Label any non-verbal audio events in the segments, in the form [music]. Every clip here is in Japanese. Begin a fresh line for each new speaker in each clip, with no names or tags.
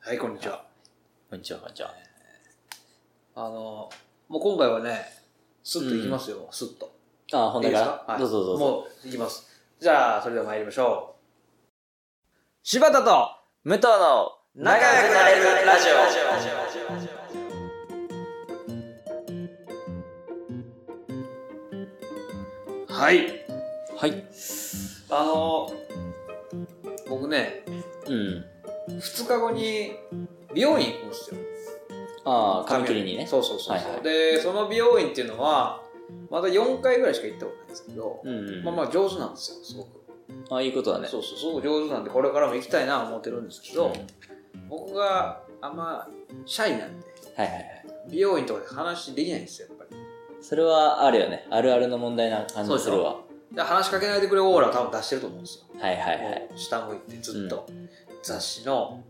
はい、こんにちは。
こんにちは、こんにちは。
あの、もう今回はね、スッといきますよ、スッと。
あ、本題か
いいですは
ら
い
どうぞどうぞ。
もう、いきます。じゃあ、それでは参りましょう。柴田と
武藤の
仲良くなれるラジオ。はい。
オ。はい。
あの、僕ね、
うん。
2日後に美容院行くんですよ。
ああ、髪切りにね。
そうそうそうそう、
はいはい
で、その美容院っていうのは、まだ4回ぐらいしか行ったことないんですけど、
うんうん。
まあまあ上手なんですよ、すごく。
あ、いいことだね。
そうそう、すごく上手なんで、これからも行きたいなと思ってるんですけど、僕があんまシャイなんで、
はいはいはい。
美容院とかで話できないんですよ、やっぱり。
それはあるよね。あるあるの問題な感じするわ。
で話しかけないでくれオーラ多分出してると思うんですよ。
はいはいはい。
もう下向いてずっと、雑誌の、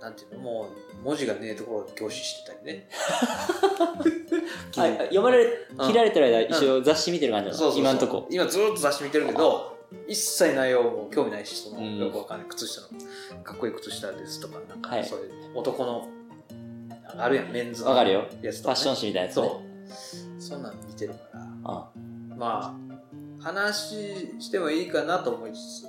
なんていうの、もう文字がねえところを凝視してたり
[laughs]
ね。 [laughs]
あ読まれる、
うん
切られてる間、一応雑誌見てる感じな
そうそう
の
そう
今んとこ。
今ずっと雑誌見てるけど一切内容も興味ないしその
うん
よくわかんない靴下のかっこいい靴下ですとかなんか、
はい
そういう男のなんかあるやんメンズの
わかるよ。
やつと
ファ
か、
ッション誌みたいなやつね。
そうそんなん見てるから
あ
まあ話してもいいかなと思いつつ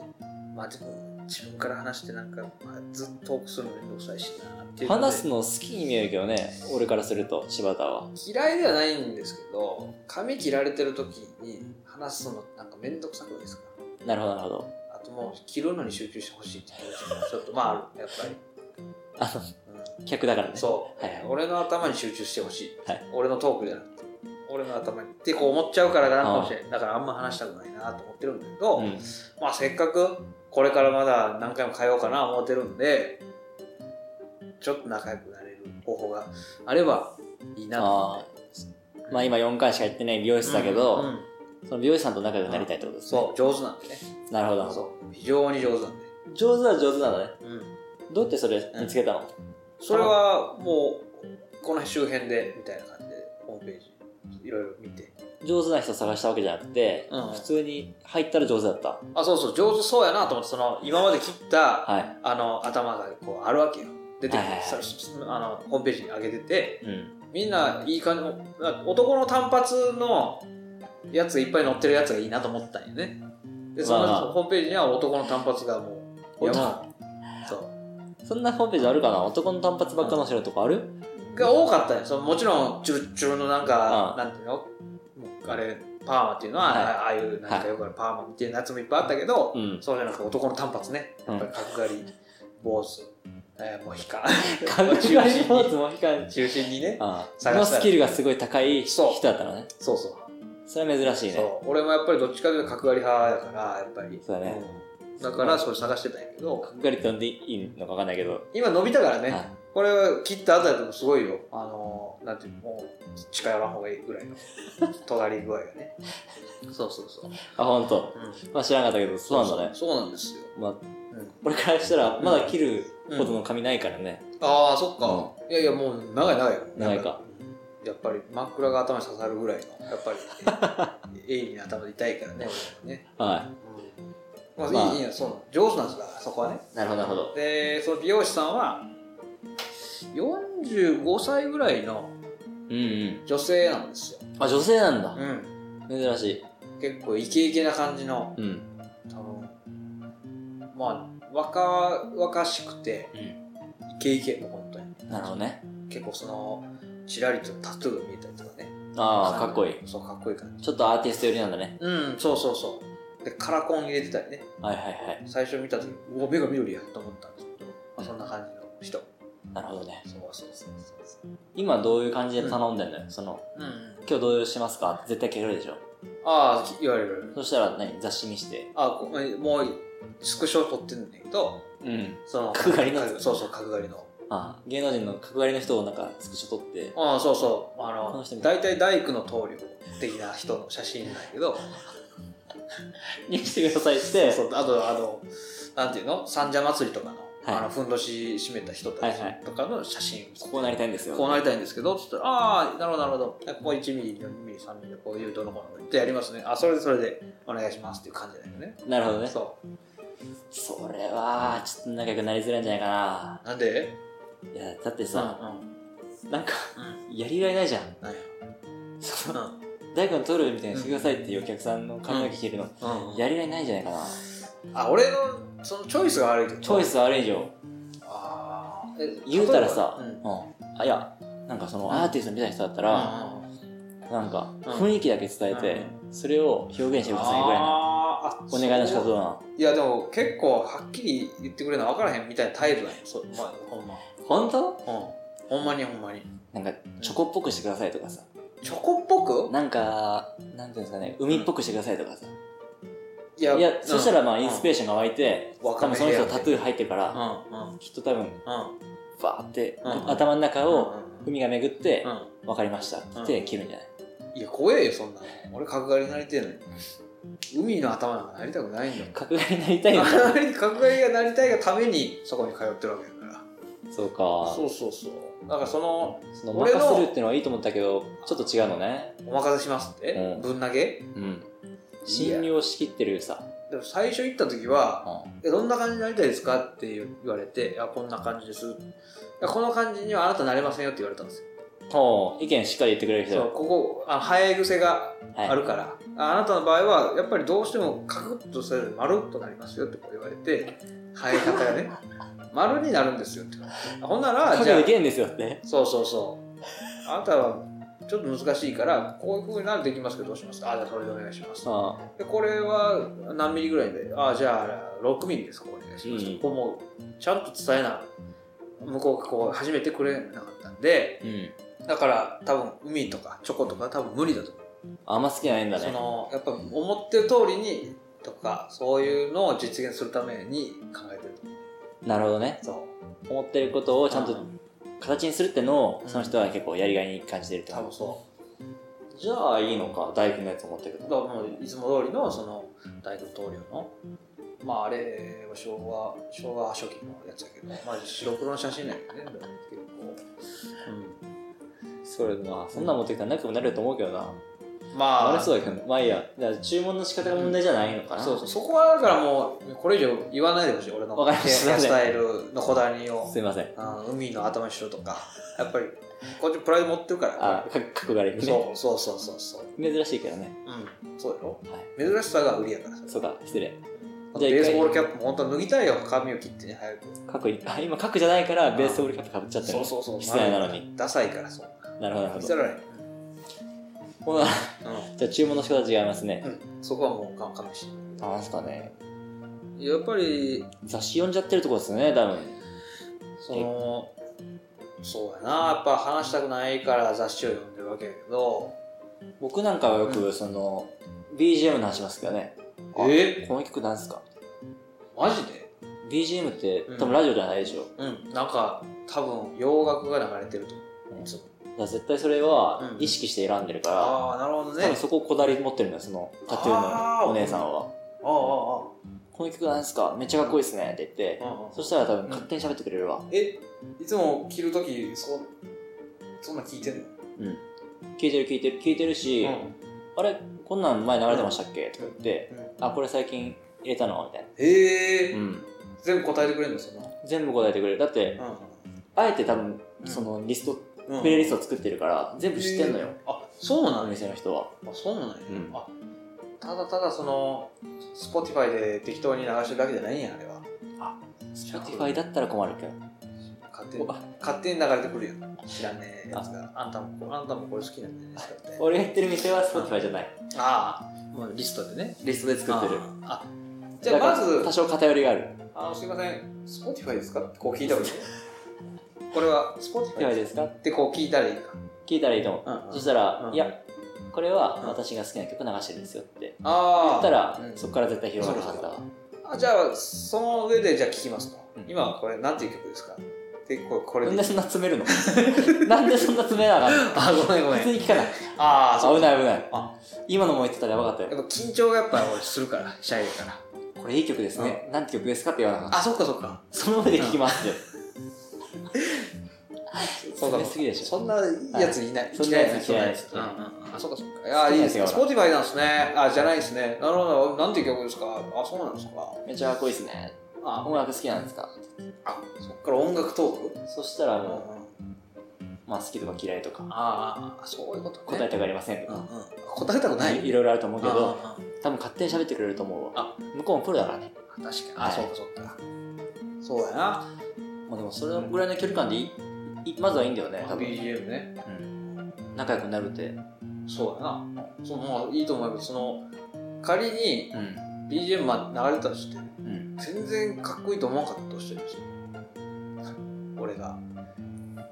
まあでも自分から話してなんか、まあ、ずっとトークするのめんどくさいしなっていうので
話すの好きに見えるけどね、俺からすると、柴田は。
嫌いではないんですけど髪切られてる時に話すのなんかめんどくさくないですか
なるほど、なるほど。
あともう着るのに集中してほしいっていう気持ちもちょっとまああるやっぱり、
あ
う
の、客だからね
ん、。そう、
はいはい
俺の頭に集中してほしい、
はい
俺のトークじゃなくて俺の頭にってこう思っちゃうからかなかもしれないだからあんま話したくないなと思ってるんだけど、
うん。
まあせっかくこれからまだ何回も通おうかな思ってるんでちょっと仲良くなれる方法があればいいなと思って
まあ今4回しか行ってない美容室だけ
う
ど、
ん
その美容師さんと仲良くなりたいってことですね。
そう上手なんでね
う。なるほどなるほど。
そう非常に上手なんで、
上手は上手なのね。
うん、
どうやってそれ見つけたの、
それはもうこの周辺でみたいな感じでホームページいろいろ見て
上手な人探したわけじゃなくて、
うん
普通に入ったら上手だった。
あそうそう上手そうやなと思ってその今まで切った
はい。
あの頭がこうあるわけよ出てくる
はいはいはい
さしあのホームページに上げてて
うん。
みんないい感じな男の単発のやつがいっぱい載ってるやつがいいなと思ったんよねでその
まあまあ
ホームページには男の単発がもう山そう
そんなホームページあるかな男の単発ばっかのしてるとこある、
が多かったよそのもちろんチュルチュルのなんか、
うん
なんていうのもうあれパーマっていうのは、
はい
ああいうなんかよくあるパーマみたいなやつもいっぱいあったけど、
うん。
そうじゃなくて男の短髪ね
う
やっぱ
ん。
り角刈り坊主、えー、モヒカン
神
中
狩り
心
スポー
に
ツも光る。
中心にね
ああ。
探
の
したら
スキルがすごい高い人
そう
だったのね。
そうそう
それは珍しいね。
そう俺もやっぱりどっちかというと角刈り派やからやっぱり
そうだね
うんだからそれ探してたんやけど
角刈りって呼んでいいのかわかんないけど。
今伸びたからね、
はい
これは切った後だとすごいよあのーなんていうのもう近寄らん方がいいぐらいの隣具合がねそうそうそう、
あ、ほんと。
うん
まあ知らなかったけど、そうなんだね。
そうなんですよ、
まあ、俺からしたら、まだ切る
うん
ほどの髪ないからね。
ああそっか、いやいやもう長い長いよ
長いか
やっぱり枕が頭に刺さるぐらいのやっぱり [laughs] 鋭利な頭で痛いからね俺もね、
は
まあ、
まあ
いいいいよそうなの上手なんですからそこはね
い。なるほど、なるほど。
でその美容師さんは45歳ぐらいの
うんうん。
女性なんですよ、
あ、女性なんだ。
ん、
珍しい。
結構イケイケな感じの
うん。
多分まあ若々しくて
うん。
イケイケもう本当に
なるほどね。
結構そのちらりとタトゥーが見えたりとかね
ああ、かっこいい。
そうかっこいい感じ
ちょっとアーティスト寄りなんだね。
うんそうそうそうでカラコン入れてたりね
はいはいはい。
最初見た時うわ目が緑やと思ったんですけど、まあ、そんな感じの人
なるほどね。
そうそうそうそう
今どういう感じで頼んでんのよ。その、
うん、
今日どうしますかって絶対聞かれるでしょ。
ああいわゆる
そしたら何雑誌見して。
あこもうスクショ撮ってるんだけど
うん。
その
角刈りの
そうそう角刈りの
ああ芸能人の角刈りの人をなんかスクショ撮って。
ああそうそうあ
この
の
人みた
大体大工の棟梁的な人の写真なんだけど
にしてくださいって。
そうあとあのなんていうの三社祭りとかの,、
は
あ
い
のふんどし締めた人たち
はいはい
とかの写真、
こうなりたいんですよ。
こうなりたいんですけど、つったら、ああ、なるほど、なるほど。ここ1ミリ、2ミリ、3ミリ、こういうどのこのってやりますね。あ、それでそれでお願いしますっていう感じだよね。
なるほどね。
そ
それは、ちょっと仲良くなりづらいんじゃないかな。
う。なんで
いや、だって
うん
さ、なんか、
うん
やりがいないじゃん。
はい
その
う
誰かの取るみたいにしてくださいっていうお客さんの考えが聞けるの、
んうん
やりがいないんじゃないかな。
あ俺のそのチョイスが悪いってこと
チョイスあれ以上、
ああえ
言うたらさ、
例え
うん。あ、いや、なんかその
うん
アーティストみたいな人だった
ば
ら、
うんうん
なんか
うん
雰囲気だけ伝えて、それを表現してくださいぐらいの
あーあ
お願いの仕方
そう
だな。
いやでも結構はっきり言ってくれるの分からへんみたいなタイプなんやそうまあほんま
本当
うんほんまにほんまに
なんかチョコっぽくしてくださいとかさ、
チョコっぽく
なんか、なんていうんですかね、海っぽくしてくださいとかさ。
いや
いや、そしたらまあ
うん
インスピレーションが湧いて、
わ
多
かん
分
ない
その人タトゥー入ってるか
う
ら、
んうん
きっと多分、
うん
バーって
うん
頭の中を
うん
海が巡って
う、ん
わかりましたって言って切るんじゃない
いや怖えよそんなの俺角刈りになりてえのに海の頭なんかなりたくないんだよ
角刈りになりたいんだ。
あれに [laughs] 角刈りがなりたいがためにそこに通ってるわけだか
そ
ら
うか
そ。うそうそうだからその
その、
俺の
任せるってのはいいと思ったけど、ちょっと違うのね。
お任せしますって
うん
ぶん投げ
うん。侵入を仕切ってるさ。
でも最初行った時は「
う
えどんな感じになりたいですか?」って言われて「いやこんな感じです」いや「この感じにはあなたなれませんよ」って言われたんですよ
ん。ほう、意見しっかり言ってくれる人。
そうここあ生え癖が
はい
あるから、ああなたの場合はやっぱりどうしてもカクッとせる丸っとなりますよってこう言われて生え方が
[laughs]
ね丸になるんですよって言われてほんならじゃ
影
あ
できるんですよって。
そうそうそうあなたはちょっと難しいからこういうふうにならできますけどどうしますかあじゃあそれでお願いします
あ
でこれは何ミリぐらいであじゃあ6ミリですかお願いします、
うん
ここもちゃんと伝えな向こうがこう始めてくれなかったんで
うん。
だから多分海とかチョコとか多分無理だと思う
あんま好きじゃないんだ
そ
ね。
のやっぱ思ってる通りにとかそういうのを実現するために考えてると思う
なるほどね。
そう
思ってることをちゃんと形にするってのをその人は結構やりがいに感じてるって
多分そう
じゃあいいのか大工のやつ思ってるけ
うだからもういつも通りのその大統領のまああれは昭和昭和初期のやつだけど、まあ、白黒の写真なんやけどねでも結構、うん、
それまあそんなん持ってきたら仲良くなれると思うけどな
まあ、
悪そうだけどまあいいやだから注文の仕方が問題じゃないのかな、
そうそうそこはだからもうこれ以上言わないでほしい俺の
わかりました
ヘアスタイルのこだわりを
すいません
あー海の頭にしろとか [laughs] やっぱりこっちプライド持ってるから
あか角刈りにね
そうそうそうそうそう
珍しいけどね
うんそうよ
は
珍しさが売りやから
そうか失礼
あとベースボールキャップも本当は脱ぎたいよ髪を切ってね早く
角い [laughs] あ今角じゃないからベースボールキャップかぶっちゃってる
そうそうそう
失礼なのに
ダサいからそう
なるほどなる
見
ほ
せ
ど
られない
ほな
う
じゃあ注文の仕方違いますね
ん、うん、そこはもうか勘弁し
なんすかね
てやっぱり
雑誌読んじゃってるとこですね多分
そのそうやなやっぱ話したくないから雑誌を読んでるわけやけど
僕なんかはよくその BGM の話しますけどね
え
この曲なんすか
マジで
BGM って
うん
多分ラジオじゃないでしょ、
うんなんか多分洋楽が流れてると思う
う
い
んだ
つも
から絶対それ
う
は
ん
意識して選んでるから、
ああなるほどね
多分そこをこだわり持ってるんだよそのタトゥーのお姉さんは
ああ
「この曲なんすかめっちゃかっこいいっすね」って言って、
ああああ
そしたら多分勝手に喋ってくれるわ、
えいつも着るときそそんな聞いてんの
聞いてる聞いてる聞いてるし「
うん
あれこんなん前流れてましたっけ?」とか言って
うん
「あこれ最近入れたの?」みたいな、
へえ
うん、
全部答えてくれるのその
全部答えてくれるだってあえて多分そのリスト、
うん
プレイリストを作ってるから全部知ってんのよ、
あそうな
お
のね
店の人は
あそうなのね
うん
あただただその Spotify で適当に流してるだけじゃないんやあれは
Spotify だったら困るけど
勝手に勝手に流れてくるやん知らねえやつがあんたもこあんたもこれ好きなんじゃないですかって
俺が行ってる店は Spotify じゃない
ああ、もうリストでね。
リストで作ってる
ああじゃあ
だ
ま
から
ず
多、少偏りがある
あのすみません、Spotify ですかってこう聞いた方がいいね。これは
Spotify
Spotify
で
です
すか
ってこう聞いたらいいか。
聞いたらいいと思う、
うんうん
そしたら、
うん
いやこれは
うん
私が好きな曲流してるんですよって
ああ。
言ったら、
うん
そこから絶対広がるはずだわ
あじゃあ、その上でじゃあ聞きますと。
うん
今これなんていう曲ですかで、これこれ
なん
で
で。そんな詰めるの
[laughs]
なんでそんな詰めなあかった
あ、ごめんごめ
普通
ん。
に聞かない
ああ、そう。
危ない危ない
あ
今のも言ってたらやばかった
やっ
よ
ぱ緊張がやっぱ俺するから、シャイだから。
これいい曲ですね、なんて曲ですかって言わなかった
あ、そっかそっか。
その上で聞きますよ、
[laughs] そうか
詰めすぎでしょ
そんなやついない。
はいそんなやつ
嫌い
嫌い
うんうんうんあ、そうかそうか。いや、いいですよ。
好きな
Spotify なんですね。あ、じゃないですね。なるほど。なんていう曲ですかあ、そうなんですか。
めっちゃかっこいいっすね
あ、
音楽好きなんですか
あそっから音楽トーク
そしたら
うん
もう、まあ、好きとか嫌いとか
ああそういうことね
答えたくありませんと
うんう
か、
ん答えたくない
いろいろあると思うけど
ああ
多分勝手に喋ってくれると思うわ
あ
向こうもプロだからね
確かに
は
あ
い
そうかそうかそうやな
まあでもそれぐらいの距離感でいいいまずはいいんだよね多分、
BGM ね
うん、仲良くなるって
そうやなそのいいと思うけどその仮に
うん、
BGM まあ流れたとして
うん、
全然かっこいいと思わなかったとしてるんですよ俺が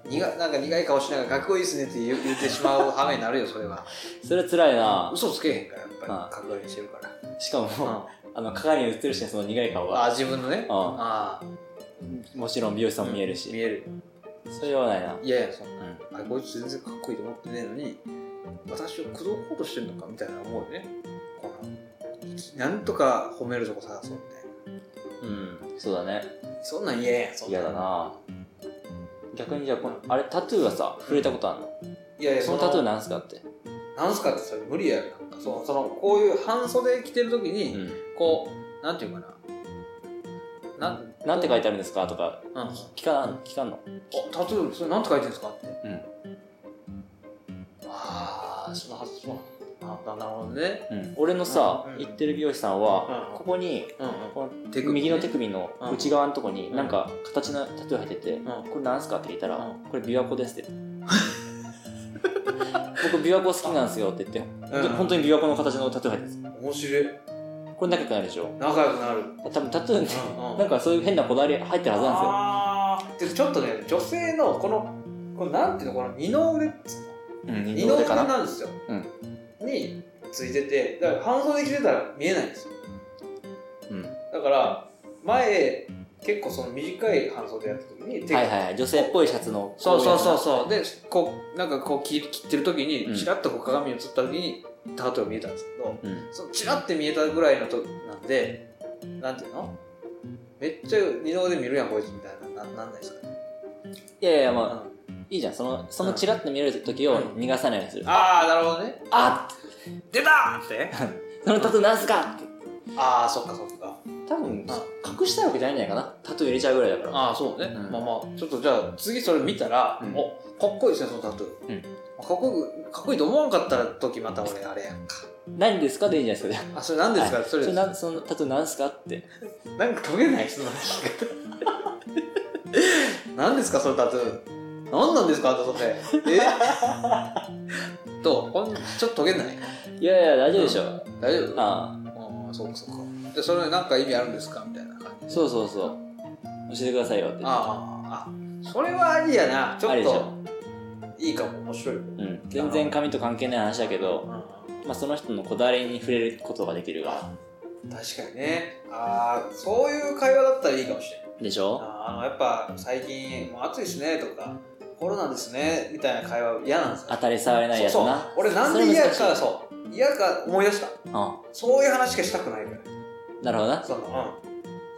苦なんか苦い顔しながらかっこいいですねって言う言ってしまう羽目になるよそれは
それは辛いな
嘘つけへんからやっぱり
ああ
かっこいいにしてるから
しかも、あの鏡に映ってるしねその苦い顔
あ
が
自分のね
うん
ああ
もちろん美容師さんも見えるし、
見える
それはないな、
いやいやそんなあ
う
こいつ全然かっこいいと思ってねえのに私を口説こうとしてるのかみたいな思うよねこのなんとか褒めるとこ探そうみたい
んうん、そうだね
なそんなん嫌やんそんなん
嫌だな逆にじゃあこのあれタトゥーはさ触れたことあるの、
いやいや
そのタトゥーなんすかって
なんすかってそれ無理やろなんかそのそのこういう半袖着てる時に、
うん
こうなんていうかななん
なんて書いてあるんですかとか
うんあ
聞かん聞かんの
タトゥーそれなんて書いてるんですかって
うん
ああそのはずそうなななるほどね
うん、俺のさ、
うん
行ってる美容師さんは、
うん
ここに
うん
こ
う
の
ん手
右の
ね
手首の
うん
内側のとこに
ん
なんか形のタトゥー入ってて、
ん
これなんすかって聞いたら、
うん
これ琵琶湖
[laughs]
ですって僕琵琶湖好きなんですよって言って、
うん
本当に琵琶湖の形のタトゥー入ってるんです
面白い
これ仲良くなるでしょ
仲良くなる
多分タトゥーって
うんうん
なんか [laughs] そういう変なこだわり入ってるはずなん
あーでちょっとね女性のこのこのなんていうのこの二の腕っつう
ですよ、うん、
の
二
二
の
の
腕
腕
かな
なんですよ、についててだから半袖着てたら見えないんですよ
うん
だから前結構その短い半袖やった時に手が
はいはいはい女性っぽいシャツの
そうそうそう
う
そうでこうなんかこう切切ってる時
う
に
ん
チラッとこう鏡に映った時にタトゥーが見えたんですけど
うん
そのチラッて見えたぐらいのとなんでなんていうのめっちゃ二の腕見るやんこいつみたいなななんないですかね、
いやいやま
う
あ、
ん
いいじゃんそのそのチラッと見える時を逃がさないようにする、あ
ああなるほどね
あ
出たーって
[laughs] そのタトゥーなんすかって
ああそっかそっか
多分隠したいわけじゃないんじゃないかなタトゥー入れちゃうぐらいだから
ああそうね、
うん
まあまあちょっとじゃあ次それ見たら、
うん
おかっこいいですねそのタトゥー、
うん
かっこよくかっこいいと思わんかったら時また俺あれやんか
何ですかでいいんじゃないですかじゃ
あそれ何ですか、
あ
それ
それなんそのタトゥーなんすかって
なんか解けない人の聞き [laughs] 方何ですかそのタトゥー何なんですかあとそれえとほんちょっと解けない
いやいや大丈夫でしょ、
大丈夫あ
あ
あそうかそうかでそれなんか意味あるんですかみたいな感
あ
じ
そうそうそう教えてくださいよって
あああそれはありやなちょ
あ
っ
りでし
と
ょ
いいかも面白い
うん、全然髪と関係ない話だけど、
う
まあ、その人のこだわりに触れることができるわ
ん確かにねああそういう会話だったらいいかもしれない
でしょ
ああのやっぱ最近もう暑いですねとかコロナですねみたいな会話嫌なんです
当
よ
たり障りないやつ
そうそう
な
俺なんで嫌
それ
か
難しい
そう嫌か思い出した
う
そういう話しかしたくないから
んなるほどな
その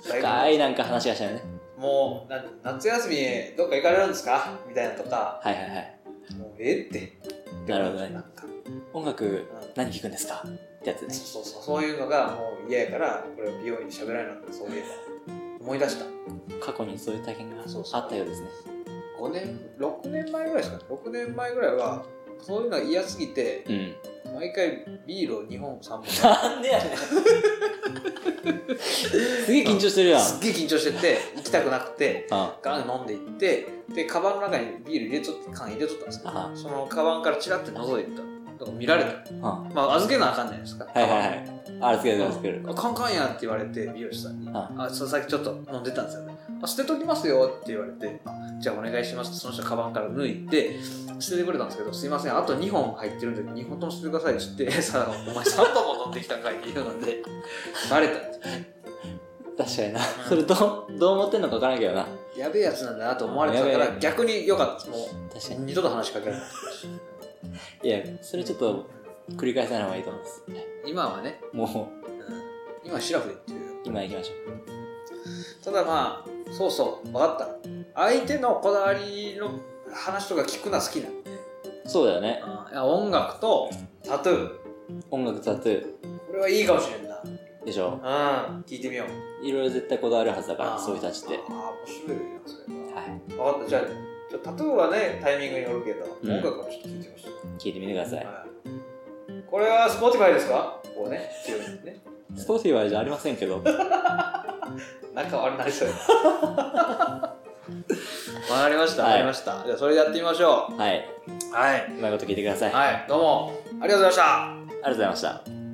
うん
深いなんか話がしたよね
もうなんて夏休みどっか行かれるんですかみたいなとか
はいはいはい
もうええって
なるほどね
なんか
音楽
うん
何聴くんですかってやつね
そうそうそうそういうのがもう嫌やからこれ美容院で喋らないなってそういえば思い出した
過去にそういう体験が
そうそう
あったようですね
5年6年前ぐらいですかね6年前ぐらいはそういうのが嫌すぎて
うん
毎回ビールを2本3本す
なんでやねん
[laughs]
すげえ緊張してるやん
っげえ緊張してて行きたくなくて
あ
ガン飲んで行ってでカバンの中にビール入れとって缶入れとったんですけど
あ
そのカバンからチラッと覗いただから見られた
あは
まあ預けなあかんじゃないですか
いはいはいあれつけるあれつける
あカンカンやって言われて美容師さんに「
あ
あその先ちょっと飲んでたんですよね」あ「捨てときますよ」って言われてあ「じゃあお願いします」ってその人カバンから抜いて捨ててくれたんですけど「すいませんあと2本入ってるんで2本とも捨ててください」って言って「さお前3本も飲んできたんかい」って言うのでバレたんですよ
確かになそれどうどう思ってんのか分からんけどな
やべえやつなんだなと思われてたか
やべ
ら逆に良かったですも
確か
う
に
二度と話しかけられない
いやそれちょっと繰り返さない方がいいと思います
今はね、
もう
うん、今シラフで言ってるよ
今行きまし
た
ょ
だまあそうそう分かった相手のこだわりの話とか聞くのは好きなんで
うそうだよね
あーいや音楽とタトゥー
音楽タトゥ
これはいいかもしれんな
ーでしょ
うん聞いてみよう
いろいろ絶対こだわるはずだから、
あー
そういう人たちって。は
ああ、面白いよ、それは。
い。
分かった、じゃあ、ちょタトゥーはね、タイミングによるけど、
うん
音楽はちょっと聞いてみましょ
聞いてみてくださ
う。は
い。
いこれは Spotify ですかこうね、強いね。
スポーティーはじゃありませんけど。
仲悪くなりそうや [laughs] わかりました、わ
はい
かりました。じゃあ、それやってみましょ
はい。
う。はい。
うまいこと聞いてください。あり
はい、どうも、ありがとうございました。
がとうございました。